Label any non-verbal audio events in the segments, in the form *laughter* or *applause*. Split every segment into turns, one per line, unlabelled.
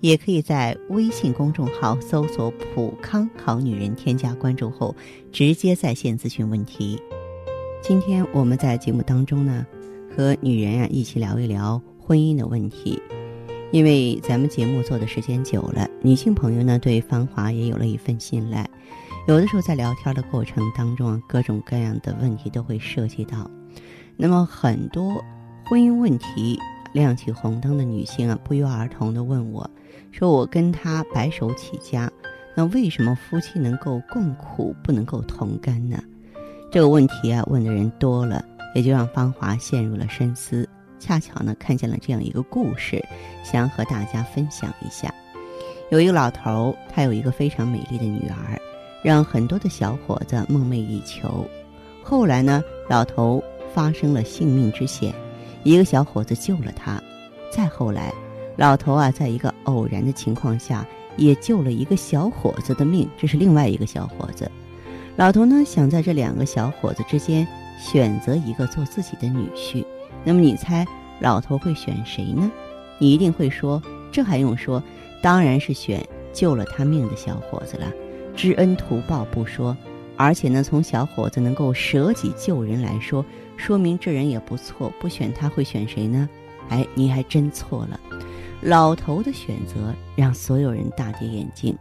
也可以在微信公众号搜索“普康好女人”，添加关注后直接在线咨询问题。今天我们在节目当中呢，和女人啊一起聊一聊婚姻的问题。因为咱们节目做的时间久了，女性朋友呢对芳华也有了一份信赖。有的时候在聊天的过程当中啊，各种各样的问题都会涉及到。那么很多婚姻问题亮起红灯的女性啊，不约而同的问我，说我跟他白手起家，那为什么夫妻能够共苦不能够同甘呢？这个问题啊，问的人多了，也就让芳华陷入了深思。恰巧呢，看见了这样一个故事，想和大家分享一下。有一个老头儿，他有一个非常美丽的女儿，让很多的小伙子梦寐以求。后来呢，老头发生了性命之险，一个小伙子救了他。再后来，老头啊，在一个偶然的情况下，也救了一个小伙子的命，这是另外一个小伙子。老头呢，想在这两个小伙子之间选择一个做自己的女婿。那么你猜老头会选谁呢？你一定会说，这还用说？当然是选救了他命的小伙子了，知恩图报不说，而且呢，从小伙子能够舍己救人来说，说明这人也不错。不选他会选谁呢？哎，你还真错了。老头的选择让所有人大跌眼镜，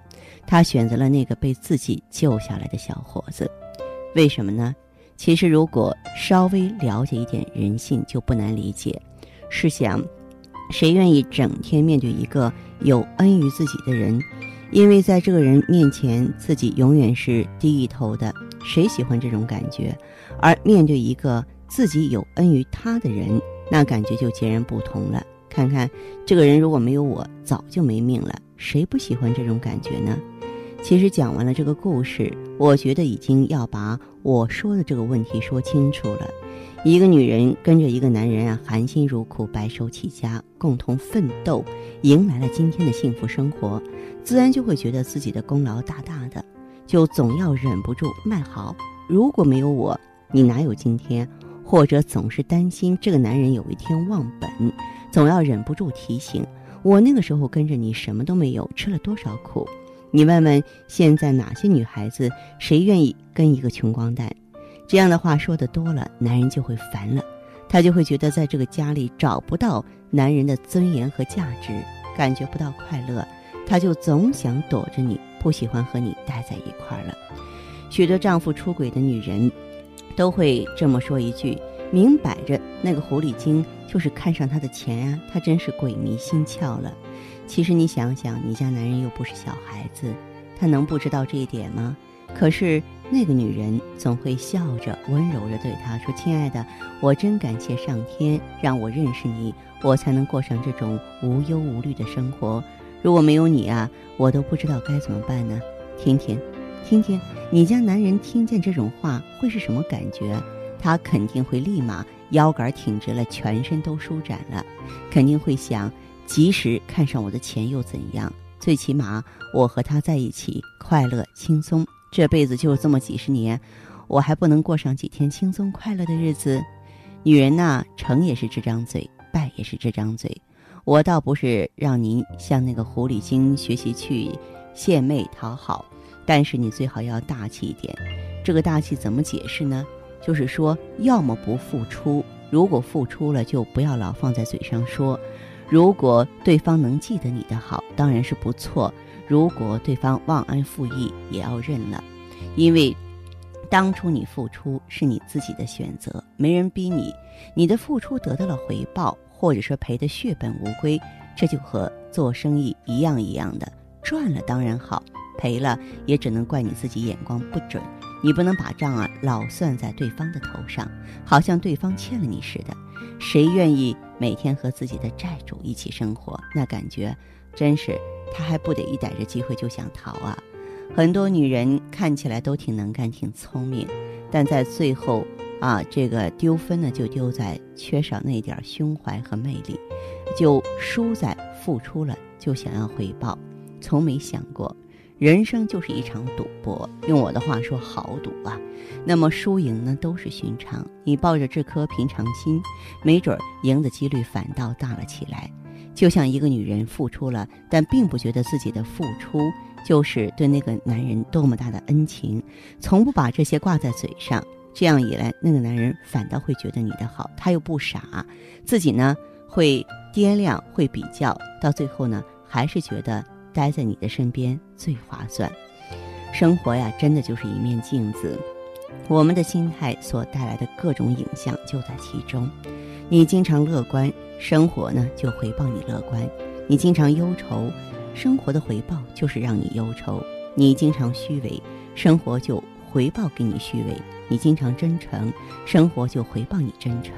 他选择了那个被自己救下来的小伙子，为什么呢？其实，如果稍微了解一点人性，就不难理解。试想，谁愿意整天面对一个有恩于自己的人？因为在这个人面前，自己永远是低一头的。谁喜欢这种感觉？而面对一个自己有恩于他的人，那感觉就截然不同了。看看这个人，如果没有我，早就没命了。谁不喜欢这种感觉呢？其实讲完了这个故事，我觉得已经要把我说的这个问题说清楚了。一个女人跟着一个男人啊，含辛茹苦，白手起家，共同奋斗，迎来了今天的幸福生活，自然就会觉得自己的功劳大大的，就总要忍不住卖好。如果没有我，你哪有今天？或者总是担心这个男人有一天忘本，总要忍不住提醒我那个时候跟着你什么都没有，吃了多少苦。你问问现在哪些女孩子谁愿意跟一个穷光蛋？这样的话说的多了，男人就会烦了，他就会觉得在这个家里找不到男人的尊严和价值，感觉不到快乐，他就总想躲着你，不喜欢和你待在一块儿了。许多丈夫出轨的女人，都会这么说一句：明摆着那个狐狸精就是看上他的钱啊，他真是鬼迷心窍了。其实你想想，你家男人又不是小孩子，他能不知道这一点吗？可是那个女人总会笑着、温柔着对他说：“亲爱的，我真感谢上天让我认识你，我才能过上这种无忧无虑的生活。如果没有你啊，我都不知道该怎么办呢。”听听，听听，你家男人听见这种话会是什么感觉？他肯定会立马腰杆挺直了，全身都舒展了，肯定会想。即使看上我的钱又怎样？最起码我和他在一起快乐轻松，这辈子就是这么几十年，我还不能过上几天轻松快乐的日子？女人呐、成也是这张嘴，败也是这张嘴。我倒不是让您向那个狐狸精学习去献媚讨好，但是你最好要大气一点。这个大气怎么解释呢？就是说，要么不付出，如果付出了，就不要老放在嘴上说。如果对方能记得你的好，当然是不错；如果对方忘恩负义，也要认了，因为当初你付出是你自己的选择，没人逼你，你的付出得到了回报，或者说赔得血本无归，这就和做生意一样一样的，赚了当然好，赔了也只能怪你自己眼光不准。你不能把账啊老算在对方的头上，好像对方欠了你似的。谁愿意每天和自己的债主一起生活？那感觉真是他还不得一逮着机会就想逃啊！很多女人看起来都挺能干、挺聪明，但在最后啊，这个丢分呢就丢在缺少那点儿胸怀和魅力，就输在付出了就想要回报，从没想过人生就是一场赌博。用我的话说，豪赌啊。那么输赢呢都是寻常，你抱着这颗平常心，没准儿赢的几率反倒大了起来。就像一个女人付出了，但并不觉得自己的付出就是对那个男人多么大的恩情，从不把这些挂在嘴上。这样一来，那个男人反倒会觉得你的好，他又不傻，自己呢会掂量、会比较，到最后呢还是觉得待在你的身边最划算。生活呀，真的就是一面镜子，我们的心态所带来的各种影响就在其中。你经常乐观，生活呢就回报你乐观；你经常忧愁，生活的回报就是让你忧愁；你经常虚伪，生活就回报给你虚伪；你经常真诚，生活就回报你真诚；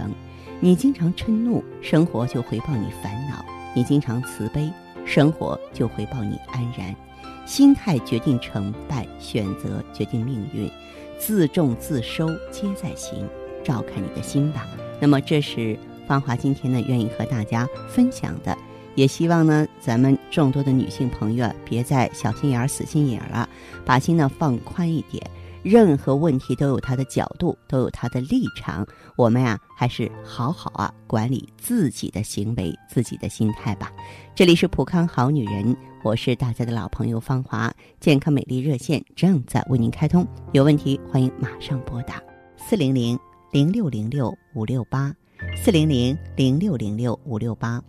你经常嗔怒，生活就回报你烦恼；你经常慈悲，生活就回报你安然。心态决定成败，选择决定命运，自种自收皆在行，照看你的心吧。那么这是芳华今天呢愿意和大家分享的，也希望呢咱们众多的女性朋友啊别再小心眼儿死心眼儿了，把心呢放宽一点。任何问题都有它的角度，都有它的立场。我们呀、还是好好啊管理自己的行为、自己的心态吧。这里是普康好女人，我是大家的老朋友芳华，健康美丽热线正在为您开通，有问题欢迎马上拨打四零零零六零六五六八四零零零六零六五六八。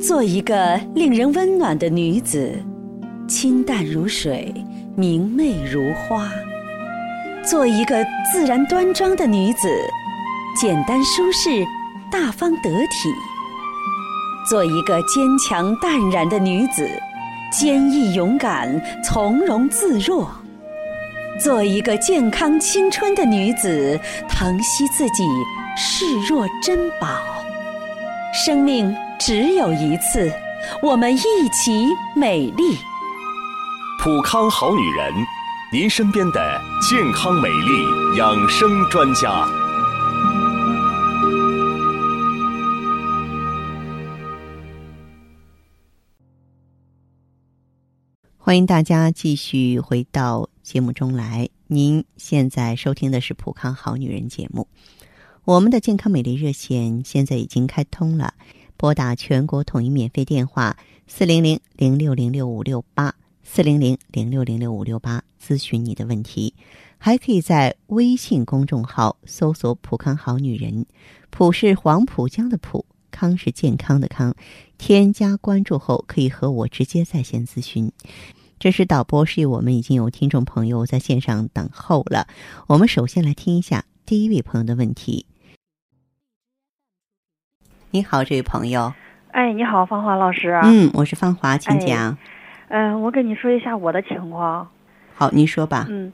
做一个令人温暖的女子，清淡如水，明媚如花；做一个自然端庄的女子，简单舒适，大方得体；做一个坚强淡然的女子，坚毅勇敢，从容自若；做一个健康青春的女子，疼惜自己，视若珍宝。生命只有一次，我们一起美丽。
普康好女人，您身边的健康美丽养生专家。
欢迎大家继续回到节目中来。您现在收听的是《普康好女人》节目，我们的健康美丽热线现在已经开通了，拨打全国统一免费电话四零零零六零六五六八四零零零六零六五六八咨询你的问题，还可以在微信公众号搜索“普康好女人”，普是黄浦江的浦，康是健康的康，添加关注后可以和我直接在线咨询。这是导播示意，我们已经有听众朋友在线上等候了。我们首先来听一下第一位朋友的问题。你好，这位朋友，
哎，你好，芳华老师。
嗯，我是芳华，请讲。
嗯、我跟你说一下我的情况。
好，您说吧。
嗯，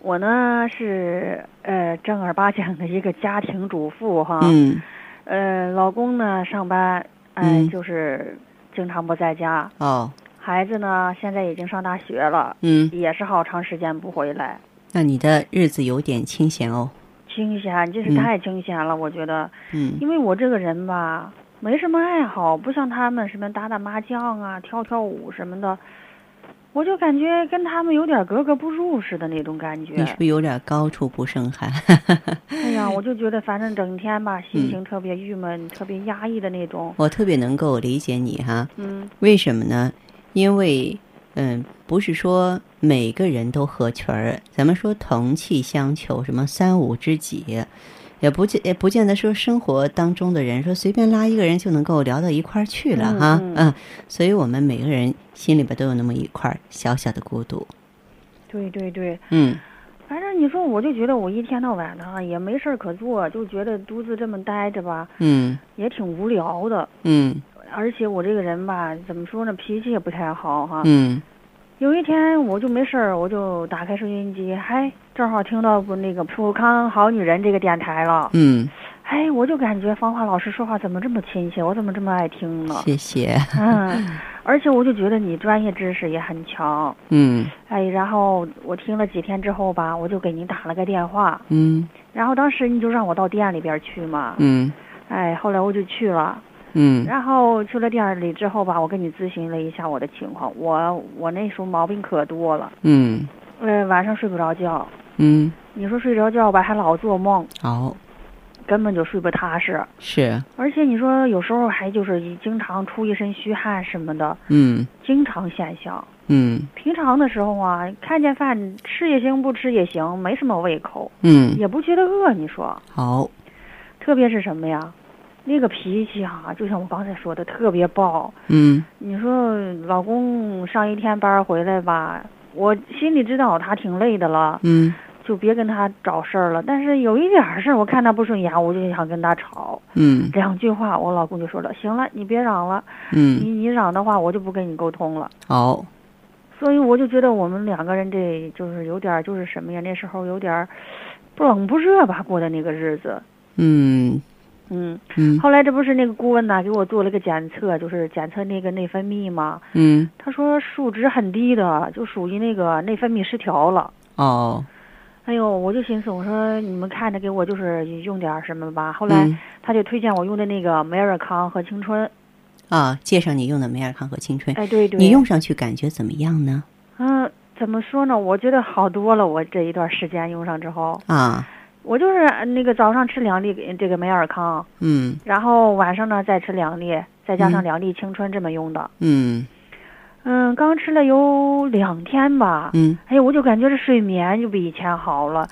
我呢是呃正儿八经的一个家庭主妇哈。。
嗯，
呃，老公呢上班，哎、
嗯
就是经常不在家。
哦，
孩子呢现在已经上大学了，
嗯，
也是好长时间不回来。
那你的日子有点清闲哦。
清闲，真是
嗯
太清闲了，我觉得，
嗯
因为我这个人吧，没什么爱好，不像他们什么打打麻将啊、跳跳舞什么的，我就感觉跟他们有点格格不入似的那种感觉。
嗯你是不是有点高处不胜寒？ *laughs*
哎呀，我就觉得反正整天吧，
嗯
心情特别郁闷、特别压抑的那种。
我特别能够理解你哈，
嗯
为什么呢？因为，嗯，不是说每个人都合群儿，咱们说同气相求，什么三五知己，也不见也不见得说生活当中的人说随便拉一个人就能够聊到一块儿去了哈，
嗯嗯
所以我们每个人心里边都有那么一块儿小小的孤独，
对对对，
嗯
反正你说，我就觉得我一天到晚的啊也没事儿可做，就觉得独自这么待着吧，
嗯
也挺无聊的。
嗯
而且我这个人吧，怎么说呢，脾气也不太好哈。
嗯
有一天我就没事儿，我就打开收音机，嗨，正好听到过那个《普康好女人》这个电台了。
嗯， *laughs*
哎，我就感觉芳华老师说话怎么这么亲切，我怎么这么爱听呢？
谢谢，
嗯，而且我就觉得你专业知识也很强，
嗯
哎，然后我听了几天之后吧，我就给您打了个电话，
嗯
然后当时你就让我到店里边去嘛，
嗯
哎，后来我就去了，
嗯
然后去了店里之后吧，我跟你咨询了一下我的情况，我我那时候毛病可多了，
嗯
呃，晚上睡不着觉，
嗯，
你说睡着觉吧，还老做梦，
好，
根本就睡不踏实，
是，
而且你说有时候还就是经常出一身虚汗什么的，
嗯
经常现象。
嗯
平常的时候啊，看见饭吃也行，不吃也行，没什么胃口，
嗯，
也不觉得饿。你说，
好，
特别是什么呀？那个脾气啊，就像我刚才说的，特别暴。
嗯
你说，老公上一天班回来吧，我心里知道他挺累的了，
嗯
就别跟他找事儿了。但是有一点儿事儿，我看他不顺眼，我就想跟他吵。
嗯
两句话，我老公就说了：“行了，你别嚷了，你
嗯，
你嚷的话，我就不跟你沟通了。”
好，
所以我就觉得我们两个人这就是有点儿就是什么呀？那时候有点儿不冷不热吧，过的那个日子。
嗯
嗯，
嗯
后来这不是那个顾问呐、给我做了个检测，就是检测那个内分泌嘛。
嗯，
他说数值很低的，就属于那个内分泌失调了。
哦，
哎呦，我就寻思，我说你们看着给我就是用点儿什么吧。后来
嗯
他就推荐我用的那个美尔康和青春。
啊，介绍你用的美尔康和青春，
哎，对对，
你用上去感觉怎么样呢？
嗯，怎么说呢？我觉得好多了。我这一段时间用上之后，
啊，
我就是呃那个早上吃两粒呃这个美尔康，
嗯
然后晚上呢再吃两粒，再加上
嗯
两粒青春这么用的。
嗯
嗯，刚吃了有两天吧。
嗯，
哎呀，我就感觉这睡眠就比以前好了。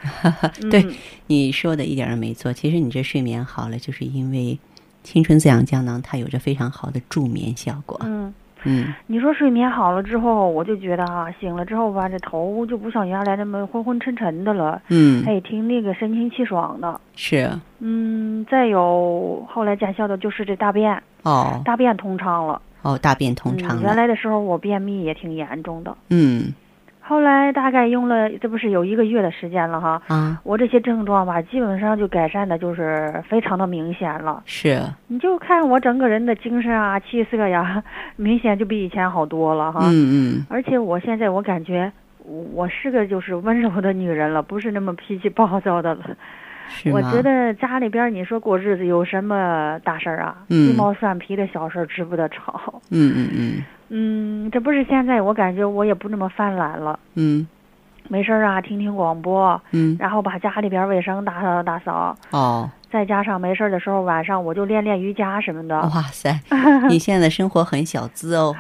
*laughs*
嗯、
对你说的一点儿也没错。其实你这睡眠好了，就是因为青春滋养胶囊它有着非常好的助眠效果。
嗯，
嗯
你说睡眠好了之后，我就觉得啊，醒了之后吧，这头就不像原来那么昏昏沉沉的了。
嗯，
哎，挺那个神清气爽的。
是
嗯，再有后来见效的就是这大便，
哦
大便通畅了。
哦，大便通畅
嗯。原
了。
来的时候我便秘也挺严重的。
嗯
后来大概用了，这不是有一个月的时间了哈。
啊，
我这些症状吧，基本上就改善的，就是非常的明显了。
是
你就看我整个人的精神啊、气色呀， *laughs* 明显就比以前好多了哈。
嗯嗯
而且我现在我感觉我我是个就是温柔的女人了，不是那么脾气暴躁的了。
是
我
吗
觉得家里边你说过日子有什么大事儿啊？
嗯
鸡毛蒜皮的小事儿值不得吵。
嗯嗯嗯
嗯，这不是现在我感觉我也不那么犯懒了。
嗯
没事儿啊，听听广播，
嗯
然后把家里边卫生打扫打扫，
哦，
再加上没事儿的时候晚上我就练练瑜伽什么的。
哇
*laughs*
塞，你现在的生活很小资哦。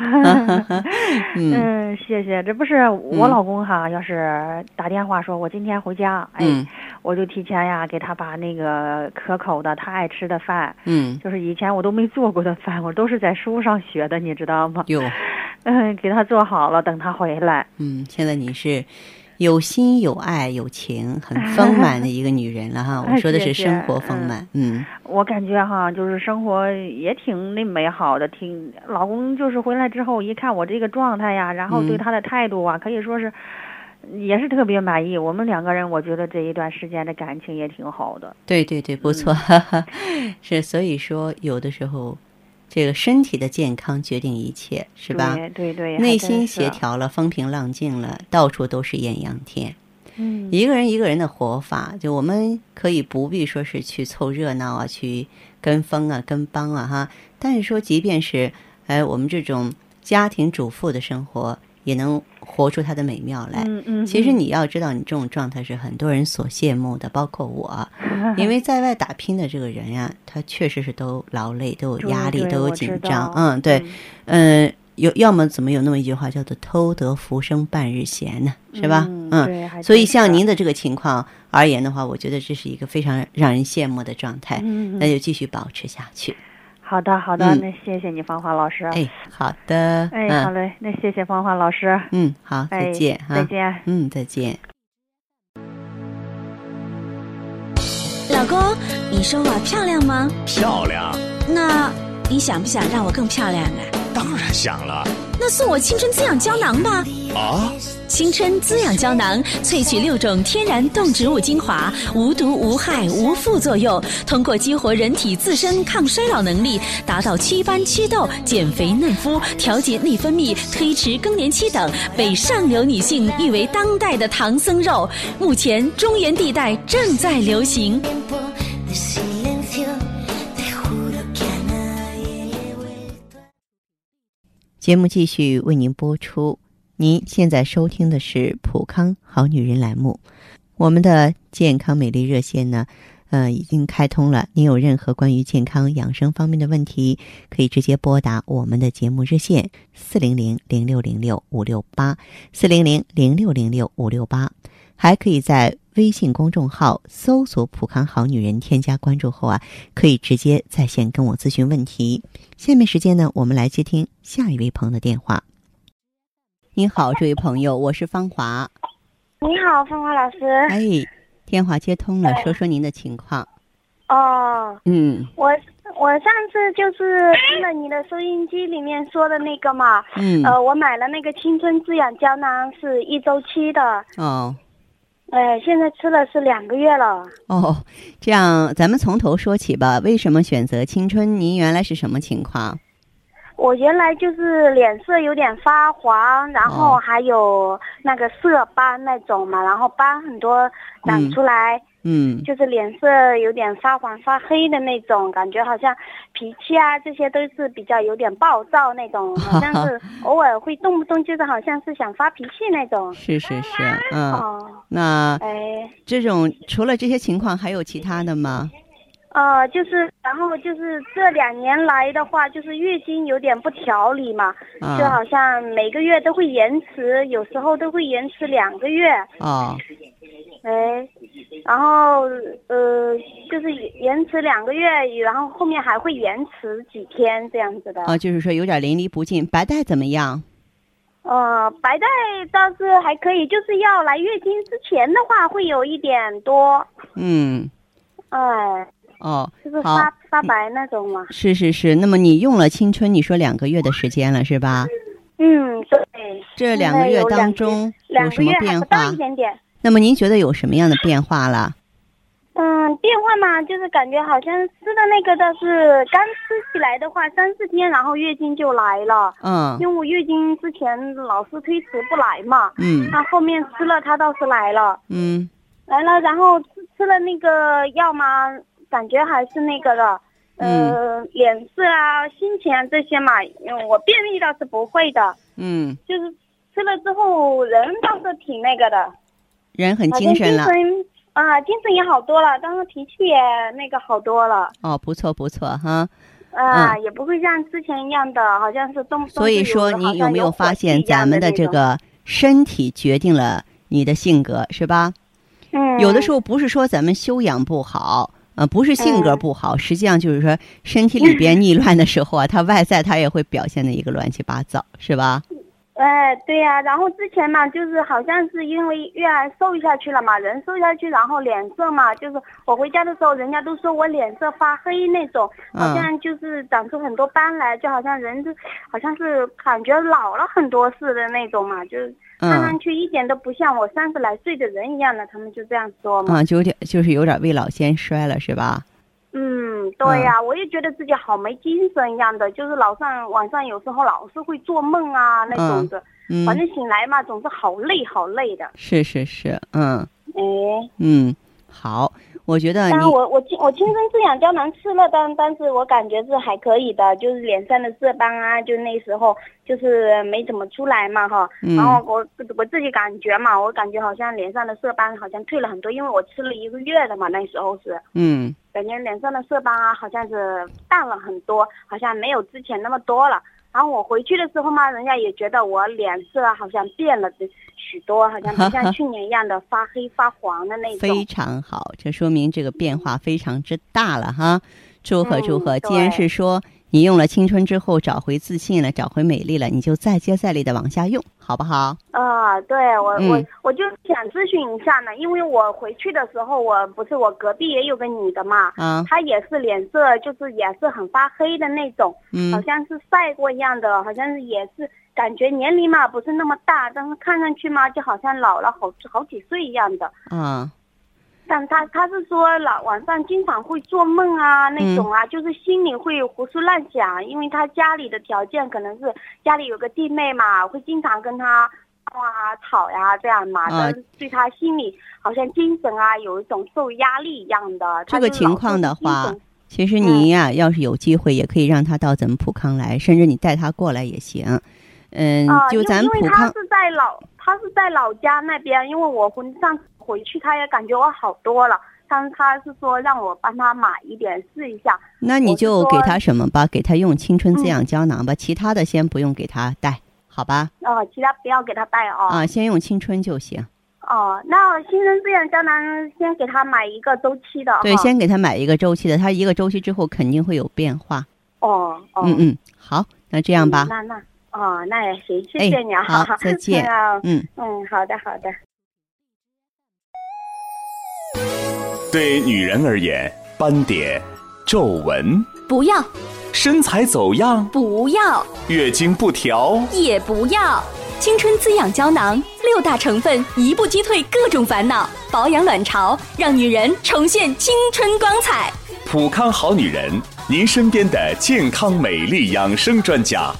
嗯
嗯，谢谢。这不是我
嗯
老公哈，要是打电话说我今天回家，哎，
嗯
我就提前呀给他把那个可口的他爱吃的饭，
嗯，
就是以前我都没做过的饭，我都是在书上学的，你知道吗？
哟
嗯，给他做好了，等他回来。
嗯，现在你是。有心有爱有情，很丰满的一个女人了
*laughs*
哈。我
哎
说的是
谢谢
生活丰
嗯
满，嗯
我感觉哈，就是生活也挺那美好的，挺老公就是回来之后一看我这个状态呀，然后对
嗯
他的态度啊，可以说是也是特别满意。我们两个人，我觉得这一段时间的感情也挺好的。
对对对，不错，哈哈，
嗯
*laughs* 是所以说有的时候，这个身体的健康决定一切，是吧？
对对对，还
内
真
心
是
协，调了，风平浪静了，到处都是艳阳天。
嗯，
一个人一个人的活法，就我们可以不必说是去凑热闹啊，去跟风啊、跟帮啊哈。但是说，即便是哎，我们这种家庭主妇的生活，也能活出它的美妙来。
嗯嗯，
哎其实
嗯
你要知道，你这种状态是很多人所羡慕的，包括
*laughs*
我，因为在外打拼的这个人呀、他确实是都劳累，都有
对
压力，
对
都有
我知
紧
道
张。嗯，对，嗯，有要么怎么有那么一句话叫做“偷得浮生半日闲”呢，是吧？
嗯
嗯，
对还
所以
真
像
是
您的这个情况而言的话，我觉得这是一个非常让人羡慕的状态，
嗯，
那
嗯
就继续保持下去。
好的好的，
哎嗯
那谢谢你，芳华老师。
哎，好的，
啊哎，好
嗯
嘞，那谢谢芳华老师。
嗯，好，再
哎，
见哈，
再见。
嗯，再见。
老公，你说我漂亮吗？
漂亮，
那你想不想让我更漂亮啊？
当然想了
那送我青春滋养胶囊吧。
啊！
青春滋养胶囊萃取六种天然动植物精华，无毒无害无副作用，通过激活人体自身抗衰老能力，达到祛斑祛痘、减肥嫩肤、调节内分泌、推迟更年期等，被上流女性誉为当代的唐僧肉。目前中原地带正在流行。
tiempo de silencio, te juro que a nadie le he vuelto.
节目继续为您播出。您现在收听的是《普康好女人》栏目，我们的健康美丽热线呢，呃，已经开通了。您有任何关于健康养生方面的问题，可以直接拨打我们的节目热线四零零零六零六五六八四零零零六零六五六八，还可以在微信公众号搜索“普康好女人”，添加关注后啊，可以直接在线跟我咨询问题。下面时间呢，我们来接听下一位朋友的电话。您好，这位朋友，我是芳华。
你好，芳华老师。
哎，电话接通了，说说您的情况。
哦，
嗯
我我上次就是听了你的收音机里面说的那个嘛，
嗯
呃，我买了那个青春滋养胶囊，是一周期的，
哦
呃，现在吃了是两个月了。
哦，这样咱们从头说起吧。为什么选择青春？您原来是什么情况？
我原来就是脸色有点发黄，然后
哦
还有那个色斑那种嘛，然后斑很多长出来，
嗯
就是脸色有点发黄发黑的那种，感觉好像脾气啊这些都是比较有点暴躁那种，好像是偶尔会动不动就是好像是想发脾气那种。
是是是，嗯，
哦，
那
哎，
这种除了这些情况，还有其他的吗？
呃，就是，然后就是这两年来的话，就是月经有点不调理嘛，就
啊
好像每个月都会延迟，有时候都会延迟两个月。
哦，
哎，然后呃，就是延迟两个月，然后后面还会延迟几天这样子的。
啊，就是说有点淋漓不尽。白带怎么样？
呃，白带倒是还可以，就是要来月经之前的话会有一点多，
嗯，
哎，
哦，
就是
好
发发白那种嘛。
是是是。那么你用了青春，你说两个月的时间了是吧？
嗯，对。
这两个月当中
两
有
个
什
月
么
还
变
不到
化
一？点点。
那么您觉得有什么样的变化了？
嗯，变化嘛，就是感觉好像吃的那个倒是刚吃起来的话，三四天然后月经就来了，
嗯
因为我月经之前老是推迟不来嘛，
嗯
那后面吃了它倒是来了，
嗯
来了，然后吃吃了那个药嘛，感觉还是那个的，呃，
嗯
脸色啊、心情啊这些嘛，嗯我便秘倒是不会的，
嗯，
就是吃了之后人倒是挺那个的，
人很
好
精
像
神了。
神啊，精神也好多了，当时脾气也那个好多了，
哦，不错不错哈。
啊，
嗯
也不会像之前一样的，好像是动不动
所以
就
说，
有好
你
像
有没有
有
发
火气
现
一样
咱们的
那
这
种，
个身体决定了你的性格，是吧？
嗯，
有的时候不是说咱们修养不好，呃，不是性
嗯
格不好，实际上就是说身
*laughs*
体里边逆乱的时候啊，它外在它也会表现的一个乱七八糟，是吧？
哎，对呀、然后之前嘛，就是好像是因为越来瘦下去了嘛，人瘦下去，然后脸色嘛，就是我回家的时候，人家都说我脸色发黑那种，好
嗯
像就是长出很多斑来，就好像人就好像是感觉老了很多似的那种嘛，就是看上
嗯
去一点都不像我三十来岁的人一样的，他们就这样说嘛。
啊，就有点就是有点未老先衰了，是吧？
嗯，对呀、我也觉得自己好没精神一样的，就是老上晚上有时候老是会做梦啊那种
嗯
的，
嗯，
反正醒来嘛总是好累好累的，
是是是，嗯
哎。
嗯，好，我觉得
但
啊你
我我青我青春滋养胶囊吃了，但但是我感觉是还可以的，就是脸上的色斑啊，就那时候就是没怎么出来嘛哈。
嗯
然后我我自己感觉嘛，我感觉好像脸上的色斑好像退了很多，因为我吃了一个月的嘛，那时候是
嗯
感觉脸上的色斑啊好像是淡了很多，好像没有之前那么多了。然后我回去的时候嘛，人家也觉得我脸色啊好像变了许多，好像不
*laughs*
像去年一样的发黑发黄的那种
非。常好，这说明这个变化非常之大了哈。祝贺祝
嗯
贺！既然
对
是说你用了青春之后找回自信了，找回美丽了，你就再接再厉的往下用，好不好？
啊，对我、我
嗯
我就想咨询一下呢，因为我回去的时候，我不是我隔壁也有个女的嘛，
啊，
她也是脸色就是也是很发黑的那种，好
嗯
像是晒过一样的，好像是也是感觉年龄嘛不是那么大，但是看上去嘛就好像老了好好几岁一样的。
啊，
但她她是说老晚上经常会做梦啊那种
嗯
啊，就是心里会胡思乱想，因为她家里的条件可能是家里有个弟妹嘛，会经常跟她。闹啊，吵呀、这样嘛，
啊
但是对她心里好像精神啊有一种受压力一样的。
这个
她就老
情况的
是精神
话其实
嗯
你呀、要是有机会，也可以让他到咱们普康来，甚至你带他过来也行。嗯
啊，，
就
因为
咱
因
们
为
普
他
康，
是在老，他是在老家那边，因为我回上次回去，他也感觉我好多了，但是他是说让我帮他买一点试一下。
那
我
你
是
就给
说嗯
他什么吧，给他用青春滋养胶囊吧，其他的先不用给他带，好吧？
呃，其他不要给他带哦。
啊，先用青春就行。
哦、那新生滋养胶囊先给他买一个周期的哈。
对，先给他买一个周期的，他一个周期之后肯定会有变化。
哦哦，
嗯嗯，好，那这
这
样吧，
那那哦，那也行，谢
哎
谢你啊，
好
*laughs*
再见
那
嗯。
嗯，好的好的。
对女人而言，斑点、皱纹、
不要，
身材走样、
不要，
月经不调，
也不要。青春滋养胶囊六大成分，一步击退各种烦恼，保养卵巢，让女人重现青春光彩。
普康好女人，您身边的健康美丽养生专家。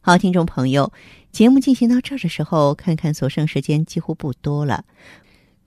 好，听众朋友，节目进行到这儿的时候，看看所剩时间几乎不多了。